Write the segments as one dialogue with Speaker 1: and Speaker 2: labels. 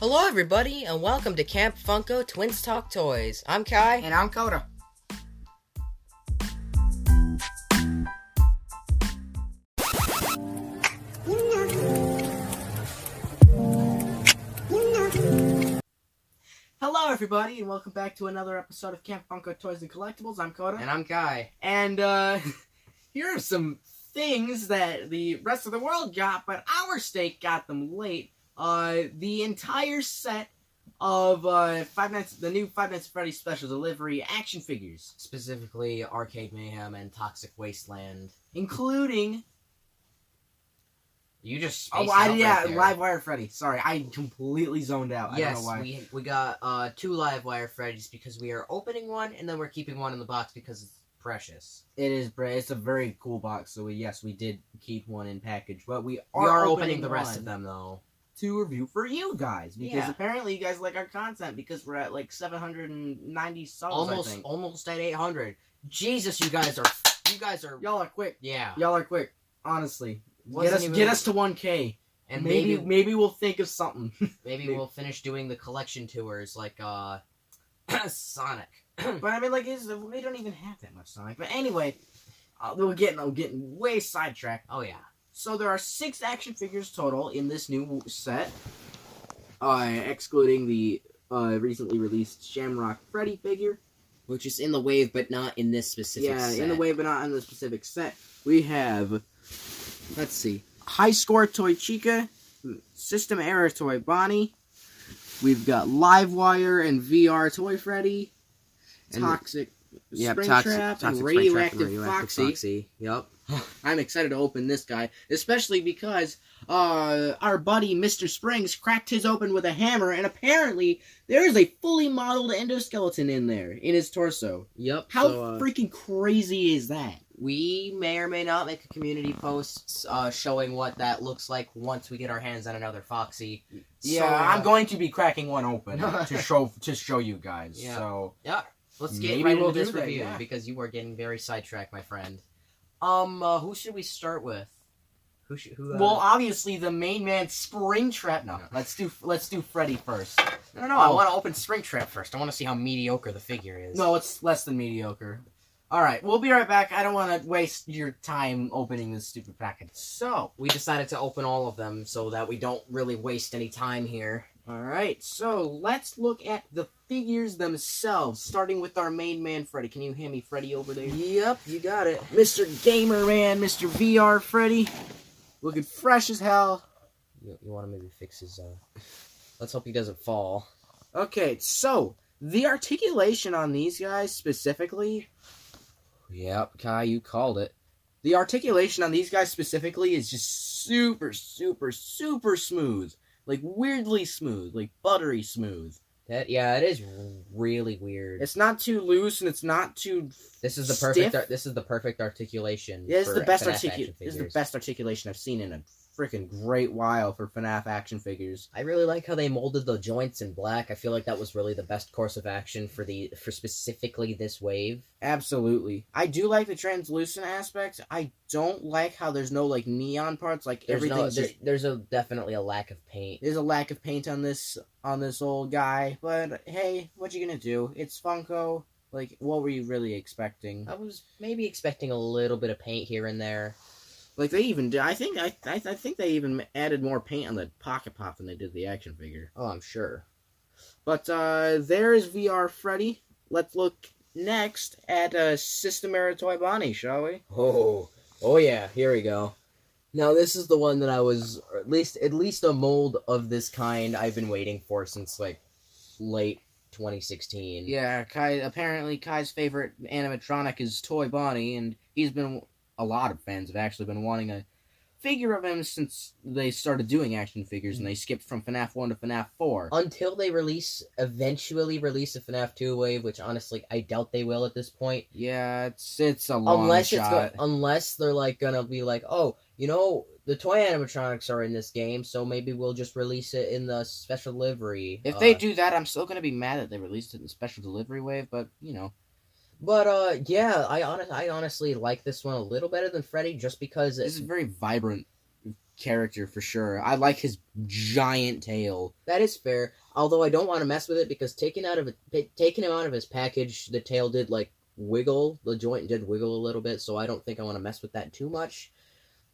Speaker 1: Hello, everybody, and welcome to Camp Funko Twins Talk Toys. I'm Kai.
Speaker 2: And I'm Coda. Hello, everybody, and welcome back to another episode of Camp Funko Toys and Collectibles. I'm Coda.
Speaker 1: And I'm Kai.
Speaker 2: And uh, here are some things that the rest of the world got, but our state got them late. Uh, the entire set of uh, Five Nights, the new Five Nights at Freddy's special delivery action figures,
Speaker 1: Specifically, Arcade Mayhem and Toxic Wasteland.
Speaker 2: including
Speaker 1: You just spaced
Speaker 2: oh
Speaker 1: out
Speaker 2: I,
Speaker 1: right
Speaker 2: yeah,
Speaker 1: there.
Speaker 2: Live Wire Freddy. Sorry, I completely zoned out. I don't
Speaker 1: Yes,
Speaker 2: know why.
Speaker 1: we we got uh, two live wire Freddy's because we are opening one and then we're keeping one in the box because it's precious.
Speaker 2: It is, bra- it's a very cool box. So we, yes, we did keep one in package, but we are,
Speaker 1: we are opening, the rest
Speaker 2: one
Speaker 1: of them though.
Speaker 2: to review for you guys because
Speaker 1: Yeah.
Speaker 2: apparently you guys like our content because we're at like 790 subs. I
Speaker 1: almost
Speaker 2: think.
Speaker 1: almost at 800. Jesus, you guys are you guys are
Speaker 2: y'all are quick.
Speaker 1: yeah.
Speaker 2: Y'all are quick. Honestly,
Speaker 1: Wasn't
Speaker 2: get us
Speaker 1: even-
Speaker 2: get us to 1K.
Speaker 1: And
Speaker 2: maybe
Speaker 1: maybe
Speaker 2: maybe, we'll think of something.
Speaker 1: maybe
Speaker 2: Maybe.
Speaker 1: we'll finish doing the collection tours like uh Sonic.
Speaker 2: but I mean, like, it's, we don't even have that much Sonic. But anyway, uh, we're getting I'm getting way sidetracked.
Speaker 1: Oh yeah.
Speaker 2: So there are six action figures total in this new set, uh, excluding the uh, recently released Shamrock Freddy figure.
Speaker 1: Which is in the wave but not in this specific
Speaker 2: yeah,
Speaker 1: set.
Speaker 2: in the way, but not in the specific set. We have, let's see, High Score Toy Chica, System Error Toy Bonnie. We've got Livewire and VR Toy Freddy,
Speaker 1: And-
Speaker 2: Toxic
Speaker 1: Yep,
Speaker 2: Spring
Speaker 1: toxic-
Speaker 2: Trap,
Speaker 1: toxic
Speaker 2: and
Speaker 1: spring trap
Speaker 2: Radioactive, Foxy.
Speaker 1: Yep.
Speaker 2: I'm excited to open this guy, especially because uh, our buddy Mr. Springs cracked his open with a hammer, and apparently there is a fully modeled endoskeleton in there, in his torso.
Speaker 1: Yep.
Speaker 2: How
Speaker 1: so, uh,
Speaker 2: freaking crazy is that?
Speaker 1: we may or may not make a community post uh, showing what that looks like once we get our hands on another Foxy. So, uh,
Speaker 2: going to be cracking one open to show to show you guys.
Speaker 1: Yeah.
Speaker 2: So
Speaker 1: Let's get
Speaker 2: Maybe
Speaker 1: right
Speaker 2: we'll
Speaker 1: into this
Speaker 2: do that,
Speaker 1: review
Speaker 2: yeah.
Speaker 1: because you are getting very sidetracked, my friend. Um, uh, who should we start with? Who should? Who? Uh,
Speaker 2: well, obviously the main man Springtrap. No,
Speaker 1: No.
Speaker 2: let's do let's do Freddy first.
Speaker 1: no, no, no. I
Speaker 2: oh.
Speaker 1: want to open Springtrap first. I want to see how mediocre the figure is.
Speaker 2: No, it's less than mediocre. All right, we'll be right back. I don't want to waste your time opening this stupid package. So,
Speaker 1: we decided to open all of them so that we don't really waste any time here.
Speaker 2: all right, so let's look at the figures themselves, starting with our main man Freddy. Can you hand me Freddy over there?
Speaker 1: Yep, you got it.
Speaker 2: Mr. Gamer Man, Mr. VR Freddy, looking fresh as hell.
Speaker 1: You, you want to maybe fix his? Uh... Let's hope he doesn't fall.
Speaker 2: Okay, so the articulation on these guys specifically,
Speaker 1: Yep, Kai, you called it.
Speaker 2: the articulation on these guys specifically is just super, super, super smooth. Like weirdly smooth, like buttery smooth.
Speaker 1: That yeah, it is really weird.
Speaker 2: It's not too loose and it's not too.
Speaker 1: this is the perfect.
Speaker 2: stiff.
Speaker 1: Ar- this is the perfect articulation.
Speaker 2: Yeah, it's
Speaker 1: for
Speaker 2: the best
Speaker 1: FNAF action
Speaker 2: articulation. It's the
Speaker 1: figures.
Speaker 2: best articulation I've seen in a freaking great while for FNAF action figures.
Speaker 1: I really like how they molded the joints in black. I feel like that was really the best course of action for the for specifically this wave.
Speaker 2: Absolutely, I do like the translucent aspect. I don't like how there's no like neon parts. Like
Speaker 1: There's no-
Speaker 2: everything's
Speaker 1: there-
Speaker 2: just
Speaker 1: there's a definitely a lack of paint.
Speaker 2: there's a lack of paint on this on this old guy. But hey, what you gonna do? It's Funko. Like, what were you really expecting?
Speaker 1: I was maybe expecting a little bit of paint here and there.
Speaker 2: Like they even did. I think I I, I think they even added more paint on the pocket pop than they did the action figure.
Speaker 1: Oh, I'm sure.
Speaker 2: But uh, there is VR Freddy. Let's look next at uh, System Error Toy Bonnie, shall we?
Speaker 1: Oh, oh yeah. Here we go. Now this is the one that I was or at least at least a mold of this kind I've been waiting for since like late 2016.
Speaker 2: Yeah, Kai. Apparently, Kai's favorite animatronic is Toy Bonnie, and he's been a lot of fans have actually been wanting a figure of him since they started doing action figures, and they skipped from FNAF one to FNAF four.
Speaker 1: Until they release, eventually release a FNAF 2 wave, which honestly I doubt they will at this point.
Speaker 2: Yeah, it's it's a long
Speaker 1: unless
Speaker 2: shot.
Speaker 1: it's go- unless they're like gonna be like, oh, you know, the toy animatronics are in this game, so maybe we'll just release it in the special delivery.
Speaker 2: If
Speaker 1: uh,
Speaker 2: they do that, I'm still gonna be mad that they released it in special delivery wave. But you know,
Speaker 1: but uh, yeah, I honest, I honestly like this one a little better than Freddy, just because
Speaker 2: this is
Speaker 1: it,
Speaker 2: a very vibrant character for sure. I like his giant tail.
Speaker 1: that is fair. Although I don't want to mess with it because taking out of it, taking him out of his package, the tail did like wiggle, the joint did wiggle a little bit, so I don't think I want to mess with that too much.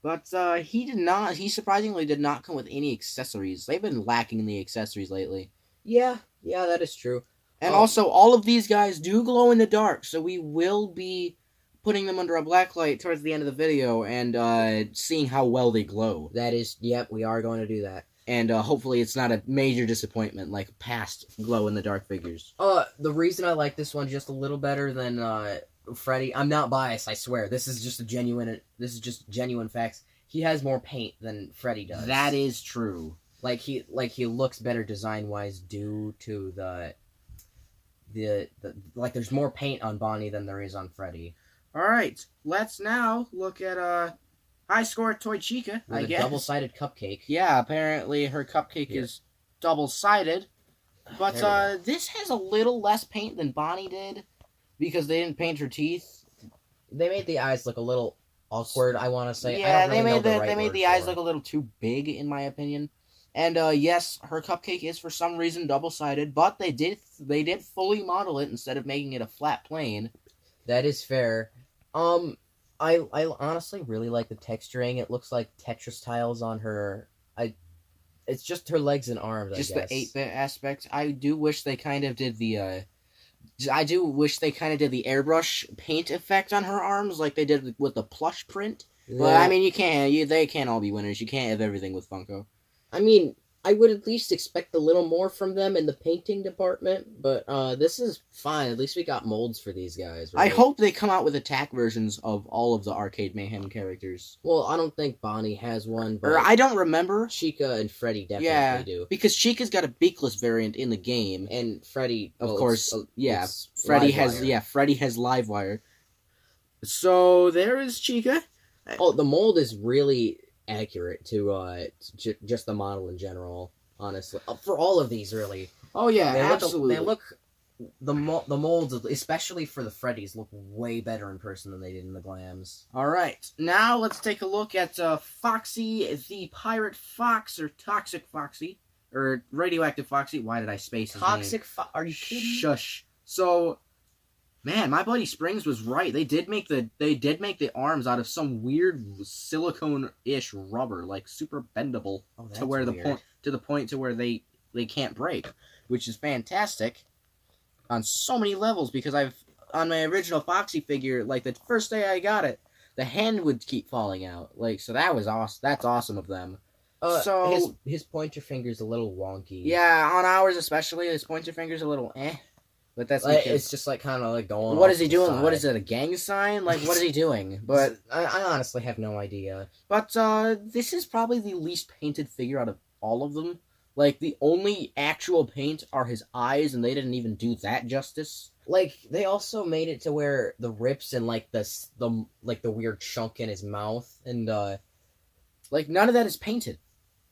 Speaker 2: But uh, he did not. He surprisingly did not come with any accessories. They've been lacking in the accessories lately.
Speaker 1: Yeah, yeah, that is true.
Speaker 2: And
Speaker 1: Oh.
Speaker 2: also, all of these guys do glow in the dark, so we will be putting them under a black light towards the end of the video and uh, seeing how well they glow.
Speaker 1: That is, yep, we are going to do that.
Speaker 2: And uh, hopefully, it's not a major disappointment like past glow in the dark figures.
Speaker 1: Uh, the reason I like this one just a little better than uh Freddy, I'm not biased. I swear, this is just a genuine. This is just genuine facts. He has more paint than Freddy does.
Speaker 2: That is true.
Speaker 1: like he like he looks better design wise due to the, the the like there's more paint on Bonnie than there is on Freddy.
Speaker 2: All right, let's now look at uh, high score Toy Chica.
Speaker 1: With a double sided cupcake.
Speaker 2: Yeah, apparently her cupcake
Speaker 1: Here.
Speaker 2: is double sided.
Speaker 1: Ah, There
Speaker 2: But
Speaker 1: we
Speaker 2: uh, this has a little less paint than Bonnie did because they didn't paint her teeth.
Speaker 1: They made the eyes look a little awkward. I want to say. I
Speaker 2: yeah,
Speaker 1: don't really
Speaker 2: they
Speaker 1: know
Speaker 2: made the,
Speaker 1: the, right
Speaker 2: they made
Speaker 1: word
Speaker 2: the
Speaker 1: for
Speaker 2: eyes
Speaker 1: it.
Speaker 2: look a little too big in my opinion. And uh, yes, her cupcake is for some reason double sided, but they did they did fully model it instead of making it a flat plane.
Speaker 1: That is fair. Um, I I honestly really like the texturing. It looks like Tetris tiles on her. I, it's just her legs and arms.
Speaker 2: just
Speaker 1: I guess.
Speaker 2: the eight bit aspect. I do wish they kind of did the. uh I do wish they kind of did the airbrush paint effect on her arms like they did with the plush print. Well,
Speaker 1: Yeah.
Speaker 2: I mean, you can't. You they can't all be winners. You can't have everything with Funko.
Speaker 1: I mean, I would at least expect a little more from them in the painting department. But uh, this is fine. At least we got molds for these guys.
Speaker 2: I
Speaker 1: right?
Speaker 2: hope they come out with attack versions of all of the arcade mayhem characters.
Speaker 1: Well, I don't think Bonnie has one, but
Speaker 2: Or I don't remember
Speaker 1: Chica and Freddy definitely
Speaker 2: Yeah.
Speaker 1: do.
Speaker 2: because Chica's got a beakless variant in the game.
Speaker 1: And Freddy,
Speaker 2: Of
Speaker 1: well,
Speaker 2: course,
Speaker 1: it's- uh,
Speaker 2: yeah.
Speaker 1: it's
Speaker 2: Freddy has
Speaker 1: Livewire.
Speaker 2: yeah. Freddy has Livewire. So there is Chica.
Speaker 1: Oh, the mold is really accurate to uh j- just the model in general. Honestly, Uh, for all of these, really,
Speaker 2: Oh yeah,
Speaker 1: they
Speaker 2: absolutely.
Speaker 1: Look, they look the mo- the molds, especially for the Freddys, look way better in person than they did in the glams.
Speaker 2: All right, now let's take a look at uh, Foxy the Pirate Fox or Toxic Foxy or Radioactive Foxy. Why did I space his name?
Speaker 1: Toxic, fo- are you kidding? me?
Speaker 2: Shush. So, man, my buddy Springs was right. They did make the they did make the arms out of some weird silicone-ish rubber, like super bendable
Speaker 1: Oh, that's
Speaker 2: to where the
Speaker 1: weird.
Speaker 2: point to the point to where they they can't break, which is fantastic on so many levels because I've on my original Foxy figure, like the first day I got it, the hand would keep falling out. Like so that was awesome. That's awesome of them.
Speaker 1: Uh,
Speaker 2: So-
Speaker 1: his his pointer finger's a little wonky.
Speaker 2: Yeah, on ours especially, his pointer finger's a little eh, but that's
Speaker 1: Like,
Speaker 2: because-
Speaker 1: it's just like kind of like going.
Speaker 2: What
Speaker 1: off
Speaker 2: is he
Speaker 1: the
Speaker 2: doing?
Speaker 1: side.
Speaker 2: What is it? A gang sign? Like what is he doing? But
Speaker 1: But I, I honestly have no idea.
Speaker 2: but uh, this is probably the least painted figure out of all of them. Like the only actual paint are his eyes, and they didn't even do that justice.
Speaker 1: Like they also made it to where the rips and like the s- the like the weird chunk in his mouth and uh
Speaker 2: Like none of that is painted.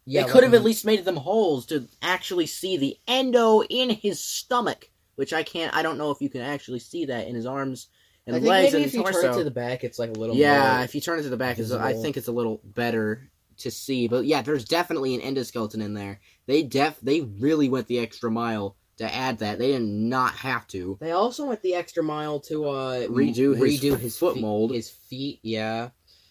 Speaker 1: yeah
Speaker 2: they could
Speaker 1: like,
Speaker 2: have at least made them holes to actually see the endo in his stomach, which I can't. I don't know if you can actually see that in his arms and
Speaker 1: I think
Speaker 2: legs
Speaker 1: maybe
Speaker 2: and
Speaker 1: if you
Speaker 2: torso.
Speaker 1: turn it to the back, it's like a little
Speaker 2: yeah,
Speaker 1: more-
Speaker 2: if you turn it to the back, it's, I
Speaker 1: visible.
Speaker 2: think it's a little better to see. But yeah, there's definitely an endoskeleton in there. They def they really went the extra mile to add that. They did not have to.
Speaker 1: They also went the extra mile to uh
Speaker 2: Redo his
Speaker 1: redo his
Speaker 2: foot
Speaker 1: feet-
Speaker 2: mold.
Speaker 1: his feet. Yeah,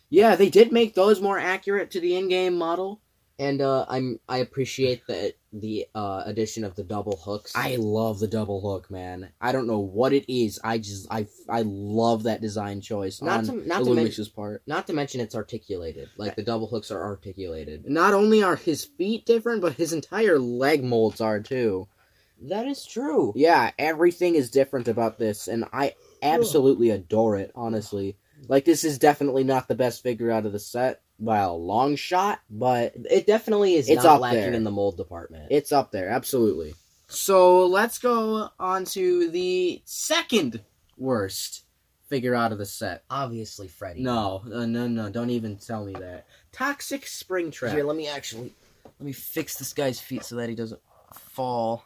Speaker 2: Yeah, they did make those more accurate to the in-game model.
Speaker 1: and uh I'm I appreciate that the uh addition of the double hooks.
Speaker 2: I love the double hook, man. I don't know what it is. I just I I love that design choice
Speaker 1: Not
Speaker 2: on
Speaker 1: to- not to
Speaker 2: Illumix's part.
Speaker 1: not to mention it's articulated. Like the double hooks are articulated.
Speaker 2: Not only are his feet different, but his entire leg molds are too.
Speaker 1: That is true.
Speaker 2: Yeah, everything is different about this, and I absolutely adore it, honestly. Like, this is definitely not the best figure out of the set by a long shot, but
Speaker 1: It definitely is
Speaker 2: It's
Speaker 1: not
Speaker 2: up
Speaker 1: lacking
Speaker 2: there.
Speaker 1: in the mold department.
Speaker 2: it's up there, absolutely. So, let's go on to the second worst figure out of the set.
Speaker 1: Obviously, Freddy.
Speaker 2: No, uh, no, no, don't even tell me that. Toxic spring trap.
Speaker 1: Here, let me actually
Speaker 2: Let me fix this guy's feet so that he doesn't fall.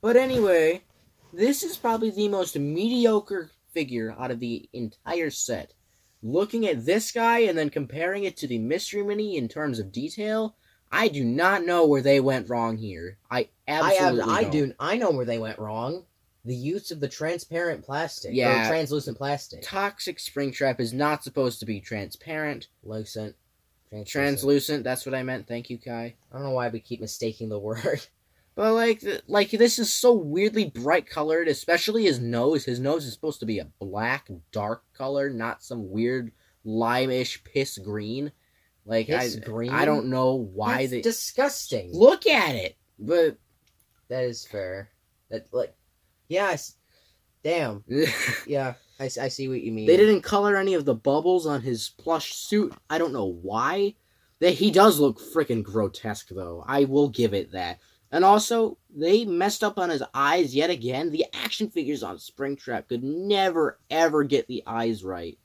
Speaker 2: But anyway, this is probably the most mediocre figure out of the entire set. Looking at this guy and then comparing it to the Mystery Mini in terms of detail, I do not know where they went wrong here. I
Speaker 1: I have
Speaker 2: absolutely
Speaker 1: I
Speaker 2: don't.
Speaker 1: do I know where they went wrong. The use of the transparent plastic. Yeah.
Speaker 2: Yeah.
Speaker 1: translucent plastic.
Speaker 2: Toxic Springtrap is not supposed to be transparent.
Speaker 1: Lucent. Translucent.
Speaker 2: Translucent, that's what I meant. Thank you, Kai.
Speaker 1: I don't know why we keep mistaking the word.
Speaker 2: But like, th- like this is so weirdly bright colored, especially his nose. His nose is supposed to be a black, dark color, not some weird lime-ish piss green. Like
Speaker 1: Piss
Speaker 2: I,
Speaker 1: green?
Speaker 2: I don't know why
Speaker 1: That's
Speaker 2: they
Speaker 1: disgusting.
Speaker 2: look at it. But
Speaker 1: That is fair. That like, yes. Damn.
Speaker 2: they
Speaker 1: Yeah, I, s- I see what you mean.
Speaker 2: didn't color any of the bubbles on his plush suit. I don't know why. That he does look freaking grotesque though. I will give it that. And also, they messed up on his eyes yet again. The action figures on Springtrap could never ever get the eyes right.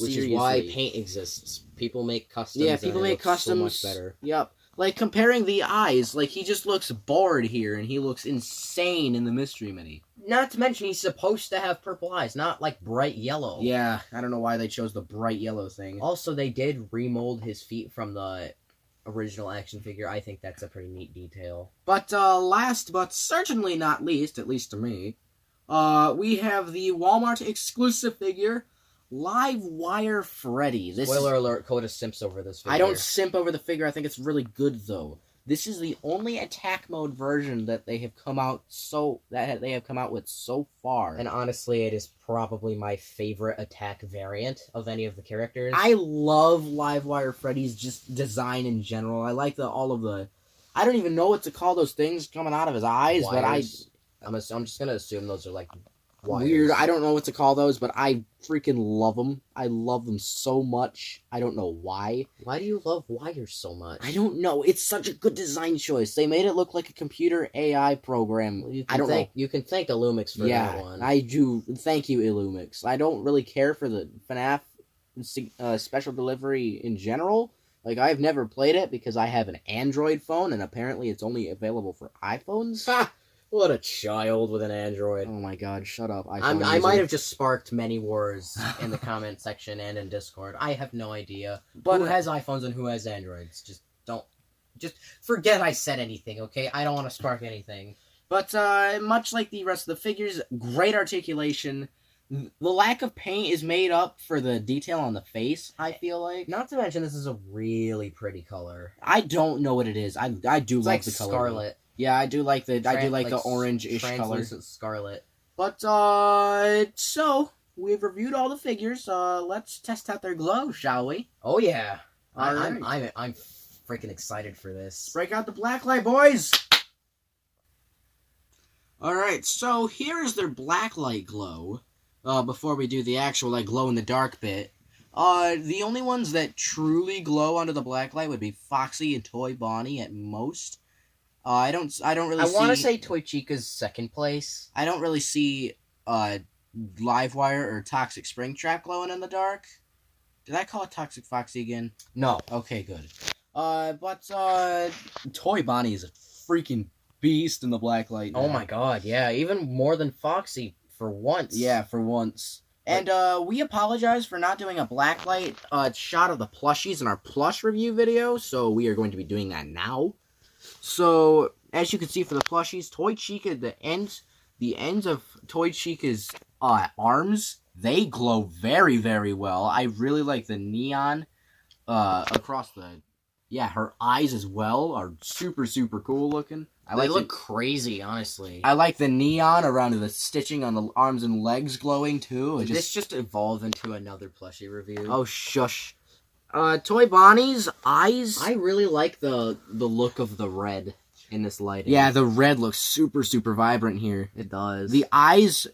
Speaker 1: which is why
Speaker 2: Seriously.
Speaker 1: paint exists. People make customs.
Speaker 2: Yeah,
Speaker 1: and
Speaker 2: people
Speaker 1: it
Speaker 2: make
Speaker 1: looks so
Speaker 2: customs.
Speaker 1: much better.
Speaker 2: Yep. Like comparing the eyes, like he just looks bored here, and he looks insane in the mystery mini.
Speaker 1: Not to mention he's supposed to have purple eyes, not like bright yellow.
Speaker 2: Yeah, I don't know why they chose the bright yellow thing.
Speaker 1: Also, they did remold his feet from the original action figure. I think that's a pretty neat detail.
Speaker 2: But uh, last but certainly not least, at least to me, uh, we have the Walmart exclusive figure, Live Wire Freddy. This
Speaker 1: Spoiler alert: Coda simps over this. Figure.
Speaker 2: I don't simp over the figure. I think it's really good though. This is the only attack mode version that they have come out so that they have come out with so far.
Speaker 1: And honestly, it is probably my favorite attack variant of any of the characters.
Speaker 2: I love Livewire Freddy's just design in general. I like the all of the. I don't even know what to call those things coming out of his eyes, but I
Speaker 1: Wires. I'm, ass- I'm just gonna assume those are like wires.
Speaker 2: weird. I don't know what to call those, but I freaking love them. I love them so much. I don't know why.
Speaker 1: Why do you love wires so much?
Speaker 2: I don't know. It's such a good design choice. They made it look like a computer AI program.
Speaker 1: You can
Speaker 2: I don't
Speaker 1: thank, You can thank Illumix for
Speaker 2: know. Yeah,
Speaker 1: that one.
Speaker 2: I do. Thank you, Illumix. I don't really care for the FNAF sig- uh, special delivery in general. Like I've never played it because I have an Android phone, and apparently it's only available for iPhones.
Speaker 1: Ha! What a child with an Android.
Speaker 2: Oh my god! Shut up!
Speaker 1: I'm,
Speaker 2: iPhone
Speaker 1: I might
Speaker 2: user.
Speaker 1: have just sparked many wars in the comment section and in Discord. I have no idea
Speaker 2: But
Speaker 1: who has iPhones and who has Androids. Just don't, just forget I said anything. Okay, I don't want to spark anything.
Speaker 2: But uh, much like the rest of the figures, great articulation. The lack of paint is made up for the detail on the face. I feel like
Speaker 1: Not to mention, this is a really pretty color.
Speaker 2: I don't know what it is. I I do
Speaker 1: It's
Speaker 2: like,
Speaker 1: like
Speaker 2: the color.
Speaker 1: scarlet.
Speaker 2: Yeah, I do like the I do
Speaker 1: Tran-
Speaker 2: like, the orange ish color.
Speaker 1: translucent scarlet.
Speaker 2: But uh, so we've reviewed all the figures. Uh, let's test out their glow, shall we?
Speaker 1: Oh yeah, I, I'm,
Speaker 2: Alright.
Speaker 1: I'm I'm freaking excited for this.
Speaker 2: Break out the black light, boys! Alright, so here is their black light glow. Uh, before we do the actual like glow in the dark bit. Uh, the only ones that truly glow under the black light would be Foxy and Toy Bonnie at most. Uh, I don't I don't really
Speaker 1: I
Speaker 2: see
Speaker 1: want to say Toy Chica's second place.
Speaker 2: I don't really see uh Livewire or Toxic Springtrap glowing in the dark. Did I call it Toxic Foxy again?
Speaker 1: No,
Speaker 2: Okay, good. Uh, but uh, Toy Bonnie is a freaking beast in the black light.
Speaker 1: Oh my god, yeah, even more than Foxy for once.
Speaker 2: Yeah, for once. And uh, we apologize for not doing a blacklight uh, shot of the plushies in our plush review video, so we are going to be doing that now. So, as you can see for the plushies, Toy Chica, the ends, the ends of Toy Chica's uh, arms, they glow very, very well. I really like the neon uh, across the. Yeah, her eyes as well are super, super cool looking. I
Speaker 1: They
Speaker 2: like the-
Speaker 1: look crazy, honestly.
Speaker 2: I like the neon around the stitching on the arms and legs glowing too. It
Speaker 1: Did this
Speaker 2: just
Speaker 1: just evolve into another plushie review?
Speaker 2: oh shush. Uh, Toy Bonnie's eyes.
Speaker 1: I really like the the look of the red in this lighting.
Speaker 2: yeah, the red looks super super vibrant here.
Speaker 1: it does.
Speaker 2: The eyes,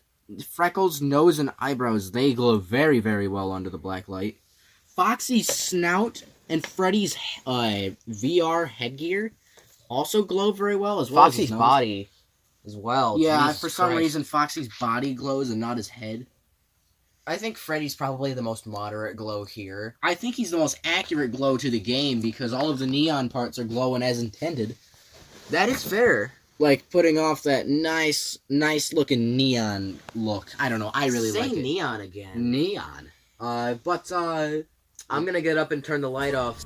Speaker 2: freckles, nose, and eyebrows they glow very very well under the black light. Foxy's snout and Freddy's uh, VR headgear also glow very well as well. as his
Speaker 1: Foxy's
Speaker 2: nose.
Speaker 1: body as well.
Speaker 2: yeah,
Speaker 1: Jesus
Speaker 2: for some
Speaker 1: Christ.
Speaker 2: reason Foxy's body glows and not his head.
Speaker 1: I think Freddy's probably the most moderate glow here.
Speaker 2: I think he's the most accurate glow to the game because all of the neon parts are glowing as intended.
Speaker 1: That is fair.
Speaker 2: Like putting off that nice, nice looking neon look. I don't know. I really
Speaker 1: Say
Speaker 2: like it.
Speaker 1: neon again.
Speaker 2: Neon.
Speaker 1: Uh, but uh, I'm gonna get up and turn the light off.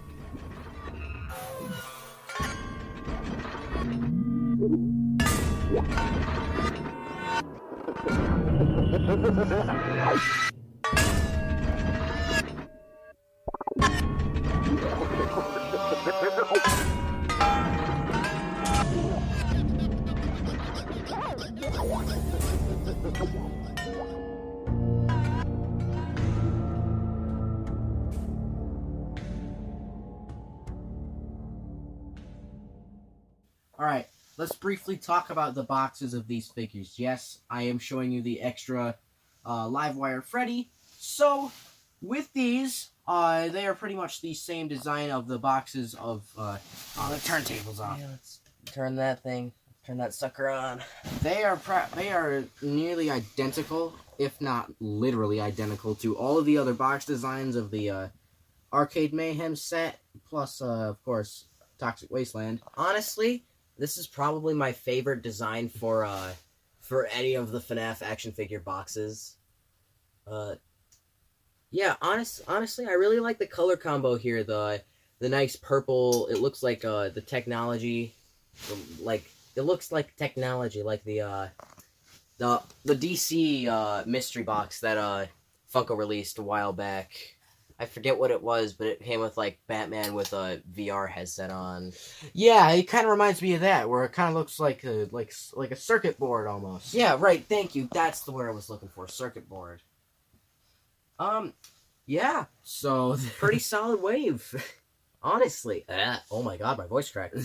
Speaker 2: All right, let's briefly talk about the boxes of these figures. Yes, I am showing you the extra uh, Livewire Freddy. So, with these, uh, they are pretty much the same design of the boxes of. Uh, oh, the turntable's off.
Speaker 1: let's Mm. turn that thing. Turn that sucker on.
Speaker 2: They are pra- they are nearly identical, if not literally identical, to all of the other box designs of the uh, Arcade Mayhem set, plus uh, of course Toxic Wasteland.
Speaker 1: Honestly, this is probably my favorite design for uh for any of the FNAF action figure boxes. Uh, yeah. Honest, honestly, I really like the color combo here. The the nice purple. It looks like uh the technology, the- like it looks like technology, like the uh the the DC uh mystery box that uh Funko released a while back. I forget what it was, but it came with like Batman with a VR headset on.
Speaker 2: Yeah, it kind of reminds me of that, where it kind of looks like a like like a circuit board almost.
Speaker 1: Yeah, right. Thank you. That's the word I was looking for. Circuit board. Um, yeah,
Speaker 2: So
Speaker 1: pretty solid wave. Honestly. Ah, oh my god, my voice cracked.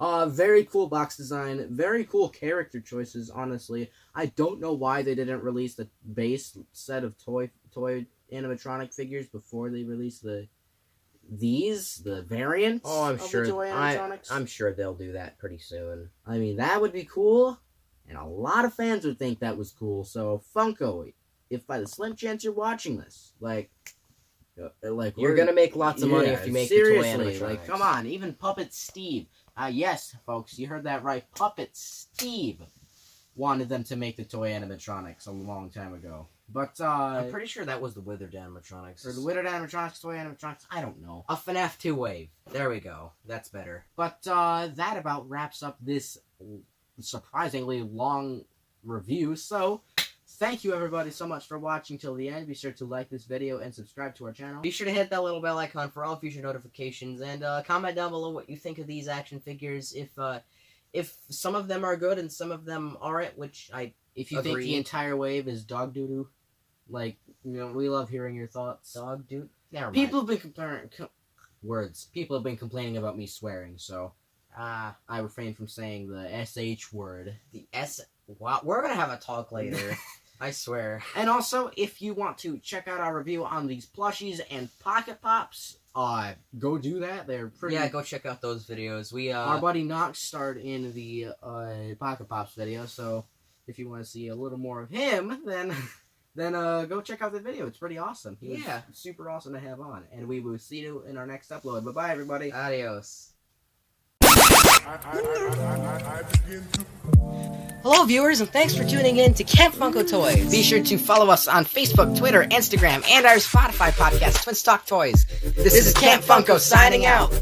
Speaker 2: Uh, very cool box design, very cool character choices. Honestly, I don't know why they didn't release the base set of toy toy animatronic figures before they released the these the variants.
Speaker 1: Oh, I'm
Speaker 2: of the
Speaker 1: sure-
Speaker 2: toy
Speaker 1: I-
Speaker 2: animatronics.
Speaker 1: I'm sure they'll do that pretty soon.
Speaker 2: I mean, that would be cool, and a lot of fans would think that was cool. So Funko, if by the slim chance you're watching this, like, uh, like
Speaker 1: You're
Speaker 2: we're-
Speaker 1: gonna make lots of money
Speaker 2: Yeah,
Speaker 1: if you make
Speaker 2: seriously.
Speaker 1: the toy
Speaker 2: like, come on, even Puppet Steve. Uh, yes, folks, you heard that right. Puppet Steve wanted them to make the toy animatronics a long time ago, but uh,
Speaker 1: I'm pretty sure that was the Withered animatronics.
Speaker 2: or the Withered animatronics, toy animatronics. I don't know.
Speaker 1: a FNAF 2 wave. There we go. That's better.
Speaker 2: But uh, that about wraps up this surprisingly long review. So, thank you everybody so much for watching till the end. Be sure to like this video and subscribe to our channel.
Speaker 1: Be sure to hit that little bell icon for all future notifications, and uh, comment down below what you think of these action figures. If uh, if some of them are good and some of them aren't, which I
Speaker 2: If you think
Speaker 1: Agreed.
Speaker 2: the entire wave is dog doo doo, like you know, we love hearing your thoughts.
Speaker 1: dog dude, never mind.
Speaker 2: People have been complaining. Com- words. People have been complaining about me swearing, so uh,
Speaker 1: ah,
Speaker 2: I refrain from saying the sh word.
Speaker 1: the S. Wow, we're gonna have a talk later. I swear.
Speaker 2: And also, if you want to check out our review on these plushies and pocket pops, uh, go do that. They're pretty.
Speaker 1: Yeah, go check out those videos. We
Speaker 2: our
Speaker 1: uh,
Speaker 2: buddy Knox starred in the uh, pocket pops video, so if you want to see a little more of him, then then uh, go check out the video. It's pretty awesome. He was
Speaker 1: Yeah.
Speaker 2: super awesome to have on. And we will see you in our next upload. Bye bye, everybody.
Speaker 1: adios.
Speaker 3: I, I, I, I, I, I begin to
Speaker 1: Hello, viewers, and thanks for tuning in to Camp Funko Toys.
Speaker 2: Be sure to follow us on Facebook, Twitter, Instagram, and our Spotify podcast, Twin Stock Toys. This, is Camp Funko signing out.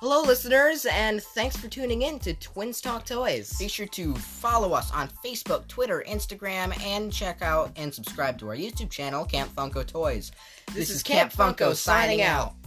Speaker 1: Hello, listeners, and thanks for tuning in to Twins Talk Toys.
Speaker 2: Be sure to follow us on Facebook, Twitter, Instagram, and check out and subscribe to our YouTube channel, Camp Funko Toys. This, is Camp Funko signing out.